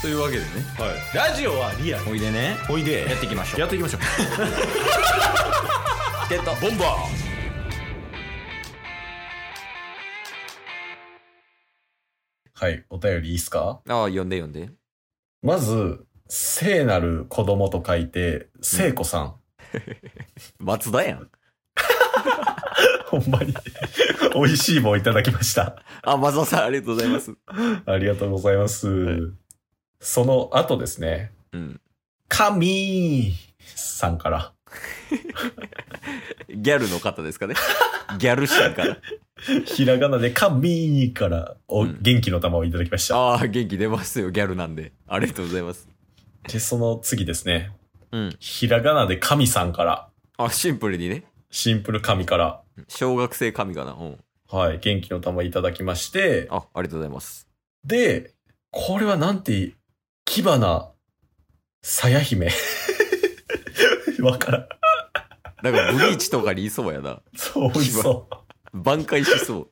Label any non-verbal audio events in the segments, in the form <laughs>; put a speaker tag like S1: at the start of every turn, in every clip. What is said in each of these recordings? S1: というわけでね
S2: はい、ラジオはリアル
S1: おいでね
S2: おいで
S1: やっていきましょう
S2: やっていきましょう
S1: ゲット
S2: ボンバ
S3: はい、お便りいいっすか
S1: ああ読んで読んで
S3: まず、聖なる子供と書いて、聖子さん。
S1: 松田やん
S3: ほんま <laughs> に、美味しい棒いただきました。
S1: あ松田さんありがとうございます
S3: ありがとうございます。その後ですね、
S1: うん
S3: 神さんから。
S1: ギャルの方ですか <laughs> ねギャルシーから
S3: ひらがなで神からお、
S1: うん
S3: 元気の玉をいただきました。
S1: ああ元気出ますよギャルなんでありがとうございます
S3: で、その次ですね、
S1: うん
S3: ひらがなで神さんから、
S1: あシンプルにね
S3: シンプル神から、
S1: 小学生神かなうん
S3: はい、元気の玉いただきまして、
S1: あありがとうございます
S3: で、これはなんて、キバナ、さや姫。 <laughs> わからん。
S1: なんかブリーチとかにいそうやな
S3: そう、美味しそ
S1: 挽回しそう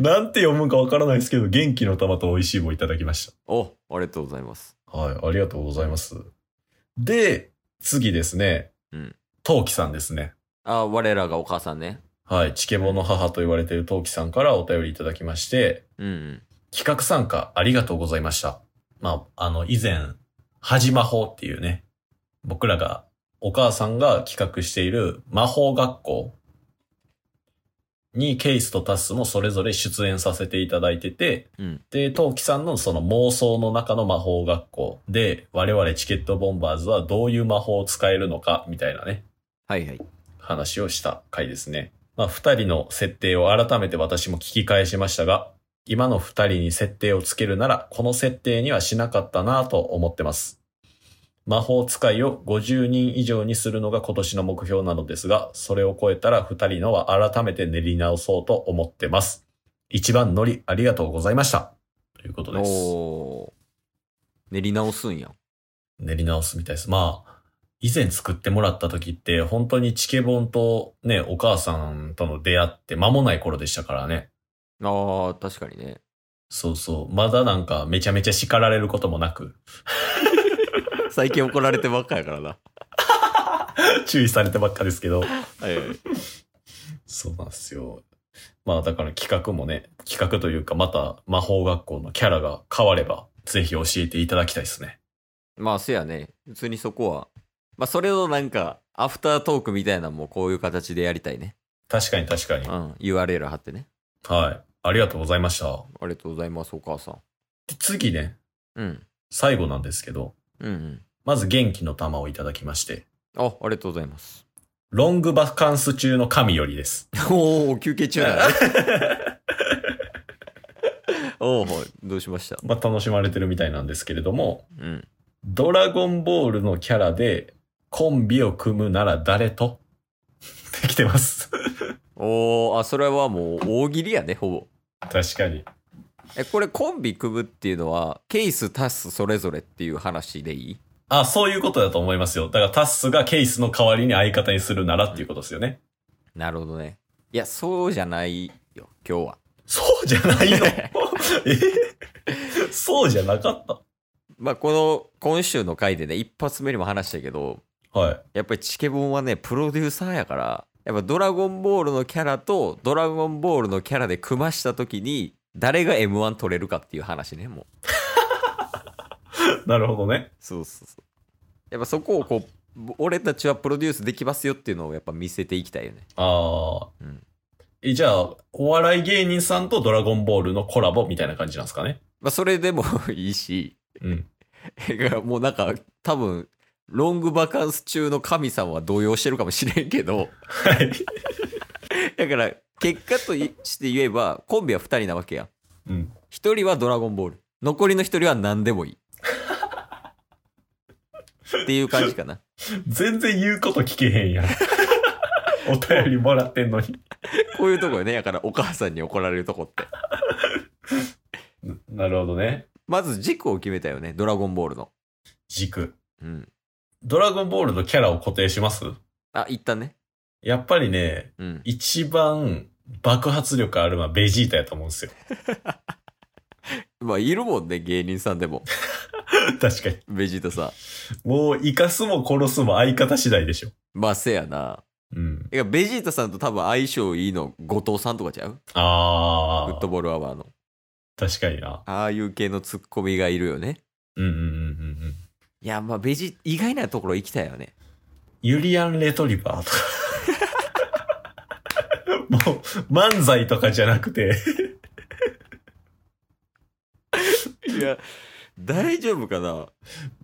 S3: う。なんて読むんかわからないですけど、元気の玉と美味しい棒いただきまし
S1: おありがとうございます
S3: た。はい、ありがとうございます。で、次ですね。
S1: うん。
S3: トウキさんですね。
S1: あ我らがお母さんね
S3: はい、チケボの母と言われているトウキさんからお便りいただきまして、
S1: うんうん
S3: 企画参加ありがとうございました。まあ、あの、以前、はじまほっていうね、僕らが、お母さんが企画している魔法学校にケイスとタスもそれぞれ出演させていただいてて、
S1: うん
S3: で、トウキさんのその妄想の中の魔法学校で、我々チケットボンバーズはどういう魔法を使えるのか、みたいなね、
S1: はいはい
S3: 話をした回ですね。まあ、二人の設定を改めて私も聞き返しましたが、今の二人に設定をつけるなら、この設定にはしなかったなぁと思ってます。魔法使いを50人以上にするのが今年の目標なのですが、それを超えたら二人のは改めて練り直そうと思ってます。一番乗りありがとうございました。ということです。
S1: おー練り直すんや
S3: 練り直すみたいです。まあ、以前作ってもらった時って、本当にチケボンとね、お母さんとの出会って間もない頃でしたからね。
S1: あー確かにね
S3: そうそう。まだなんかめちゃめちゃ叱られることもなく、 <laughs>
S1: 最近怒られてばっかやからな
S3: 注意されてばっかですけ
S1: <laughs>
S3: ど。
S1: はいはい
S3: そうなんですよ。まあだから企画もね、企画というかまた魔法学校のキャラが変われば、ぜひ教えていただきたいですね。
S1: まあせやね普通にそこはまあそれをなんかアフタートークみたいなのもこういう形でやりたいね
S3: 確かに確かに
S1: う。ん URL 貼ってね
S3: はい。ありがとうございました。
S1: ありがとうございますお母さん
S3: で次ね、
S1: うん
S3: 最後なんですけど、
S1: うんうん
S3: まず元気の玉をいただきまして、
S1: あありがとうございます
S3: ロングバカンス中の神よりです。
S1: <laughs>
S3: <laughs>
S1: おお休憩中だね <laughs> おおどうしました
S3: まあ、楽しまれてるみたいなんですけれども、
S1: うん
S3: ドラゴンボールのキャラでコンビを組むなら誰と <laughs> できてます。 <laughs>
S1: おおあそれはもう大喜利やねほぼ
S3: 確かに。
S1: えこれコンビ組むっていうのはケースタスそれぞれっていう話でいい
S3: あ、そういうことだと思いますよ。だからタッスがケイスの代わりに相方にするならっていうことですよね。
S1: なるほどねいやそうじゃないよ今日は
S3: そうじゃないの <laughs> えそうじゃなかっ
S1: まあこの今週の回でね一発目にも話したけど
S3: た。はい。
S1: やっぱりチケボンはねプロデューサーやからやっぱドラゴンボールのキャラとドラゴンボールのキャラで組ました時に誰が m 1取れるかっていう話ねもう
S3: なるほどね。
S1: そうそうそうやっぱそこをこう俺たちはプロデュースできますよっていうのをやっぱ見せていきたいよね
S3: ああ、
S1: うん
S3: え、じゃあ、お笑い芸人さんとドラゴンボールのコラボみたいな感じなんですかね。
S1: まあそれでも <laughs> いいし
S3: うん。
S1: だからもうなんか多分ロングバカンス中の神様は動揺してるかもしれんけど
S3: はい。
S1: だから結果といして言えばコンビは2人なわけや
S3: うん。
S1: 1人はドラゴンボール残りの1人は何でもいいっていう感じかな
S3: 全然言うこと聞けへん <laughs> やん。お便りもらってんのに。
S1: こういうとこよねだからお母さんに怒られるとこって
S3: なるほどね。
S1: まず軸を決めたよねドラゴンボールの
S3: 軸。
S1: うん
S3: ドラゴンボールのキャラを固定します
S1: あ一旦ね
S3: やっぱりね、
S1: うん
S3: 一番爆発力あるのはベジータやと思うんですよ。
S1: まあいるもんね芸人さんでも
S3: <laughs> 確かに。
S1: ベジータさん。
S3: もう、生かすも殺すも相方次第でしょ。
S1: まあ、せやな。
S3: うん。
S1: いや、ベジータさんと多分相性いいの、後藤さんとかちゃう
S3: あ
S1: フッ
S3: あ
S1: ト、ボールアワーの。
S3: 確かにな。
S1: ああいう系のツッコミがいるよね。
S3: うんうんうんうんうん。
S1: いや、まあ、ベジ、意外なところ行きたいよね。
S3: ユリアン・レトリバーとか。 <laughs> もう、漫才とかじゃなくて。
S1: いや、大丈夫かな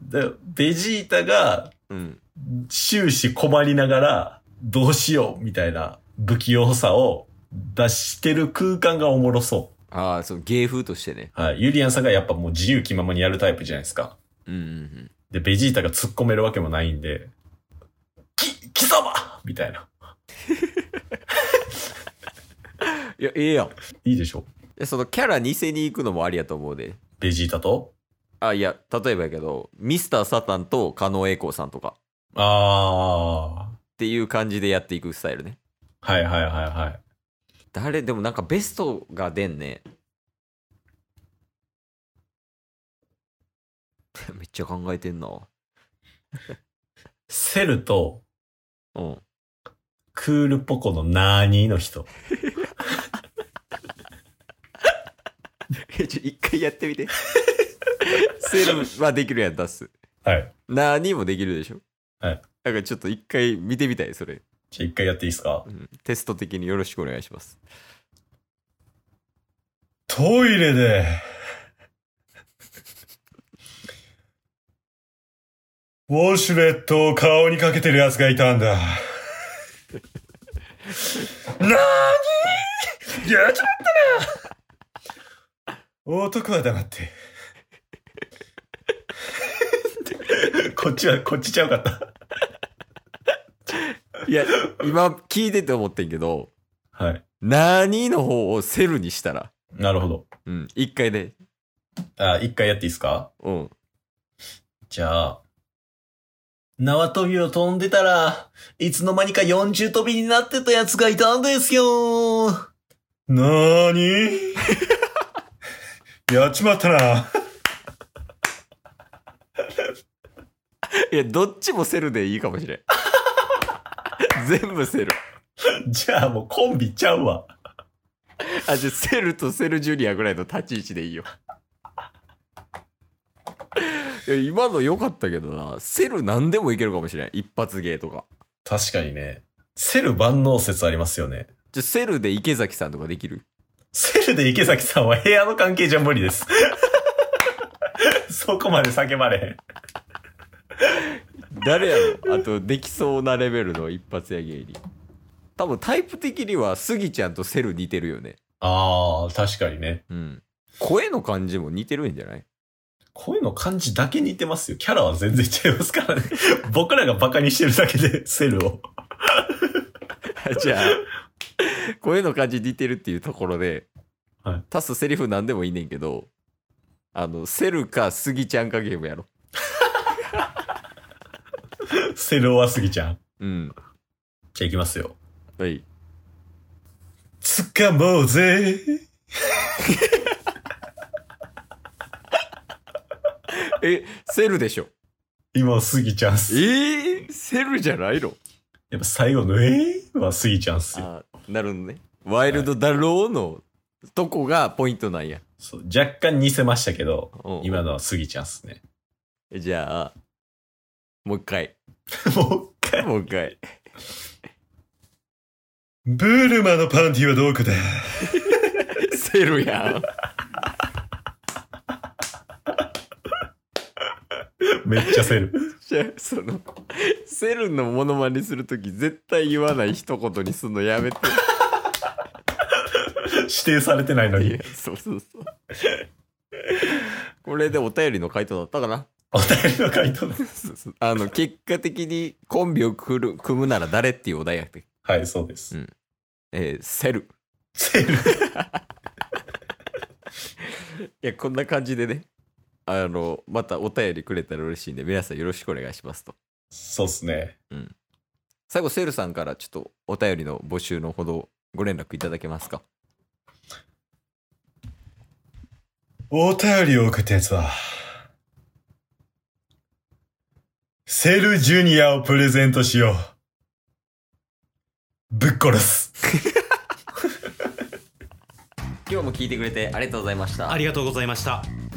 S3: でベジータが
S1: うん。
S3: 終始困りながら、どうしようみたいな不器用さを出してる空間がおもろそ
S1: ああ、その芸風としてね。
S3: う。はい。ユリアンさんがやっぱもう自由気ままにやるタイプじゃないですか。
S1: うんうんうん。
S3: で、ベジータが突っ込めるわけもないんで、き、貴様みたいな。
S1: いや、ええやん。
S3: いいでしょ
S1: でそのキャラ似せに行くのもありやと思うで。
S3: ベジータと
S1: あ、いや、例えばやけど、ミスター・サタンと狩野英孝さんとかっ
S3: あ
S1: ていう感じでやっていくスタイルね。
S3: ー。はいはいはいはい。
S1: 誰でもなんかベストが出んね。 <laughs> めっちゃ考えてんな。
S3: セルと
S1: うん。
S3: クールポコのなーにーの人。
S1: <laughs> えちょ、一回やってみて。 <laughs> セルはできるやん、出す。
S3: はい。
S1: 何もできるでしょ
S3: はい。
S1: だからちょっと一回見てみたい、それ、
S3: じゃあ一回やっていいですか
S1: うんテスト的によろしくお願いします。
S3: トイレで、ウォシュレットを顔にかけてる奴がいたんだ。 <laughs> なーにーやっちまったな男は黙って。 <laughs> こっちは、こっちちゃうかった。
S1: いや、今聞いてて思ってんけど、
S3: はい。
S1: 何の方をセルにしたら、
S3: なるほど。
S1: うん、一回で、
S3: あ、一回やっていいですか
S1: うん。
S3: じゃあ、縄跳びを飛んでたら、いつの間にか四重跳びになってたやつがいたんですよ。なー <laughs> にやっちまったな。
S1: いや、どっちもセルでいいかもしれん。全部セル。
S3: <laughs> じゃあもうコンビちゃうわ。
S1: あ、じゃあセルとセルジュニアぐらいの立ち位置でいいよ。いや今の良かったけどな、セル何でもいけるかもしれん。一発芸とか。
S3: 確かにね。セル万能説ありますよね。
S1: じゃあセルで池崎さんとかできる
S3: セルで池崎さんは部屋の関係じゃ無理 <laughs> です。そこまで叫ばれへん。
S1: 誰やろあと、できそうなレベルの一発屋芸人。多分タイプ的にはスギちゃんとセル似てるよね。
S3: ああ、確かにね。
S1: うん。声の感じも似てるんじゃない
S3: 声の感じだけ似てますよ。キャラは全然違いますからね。 <laughs> 僕らがバカにしてるだけで、セルを。
S1: <laughs> じゃあ、声の感じ似てるっていうところで、
S3: はい
S1: 足すセリフ何でもいいねんけど、あの、セルかスギちゃんかゲームやろ。
S3: セルをはすぎちゃん。
S1: うん。
S3: じゃあ行きますよ。
S1: はい。
S3: つかもうぜ。
S1: え、セルでしょ。
S3: 今、すぎちゃんっす。
S1: えー、セルじゃないの
S3: やっぱ最後の、えー、はすぎちゃんっすよ。
S1: あなるほどね。ワイルドだろうのとこがポイントなんや。
S3: そう若干似せましたけど、
S1: うん
S3: 今のはすぎちゃんっすね。
S1: じゃあ、もう一回。
S3: もう一回。
S1: もう一回。
S3: ブルマのパンティはどこだ
S1: セルやん。
S3: めっちゃセル。
S1: じゃあ <laughs> その、セルのモノマネするとき絶対言わない一言にすんのやめて。
S3: 指定されてないの
S1: い
S3: に
S1: や。そうそうそう。これでお便りの回答だったかな
S3: お便りの回答です。
S1: あの、結果的にコンビをくる組むなら誰っていうお題やって、
S3: はい、そうです。
S1: うんえーセル。
S3: セル。
S1: いや、こんな感じでね、あの、またお便りくれたら嬉しいんで、皆さんよろしくお願いしますと。
S3: そうっすね。
S1: 最後、セルさんからちょっとお便りの募集のほどご連絡いただけますか
S3: お便りを送ったやつは、セルジュニアをプレゼントしよう。ぶっ殺す。
S1: 今日も聞いてくれてありがとうございました
S2: ありがとうございました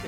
S2: す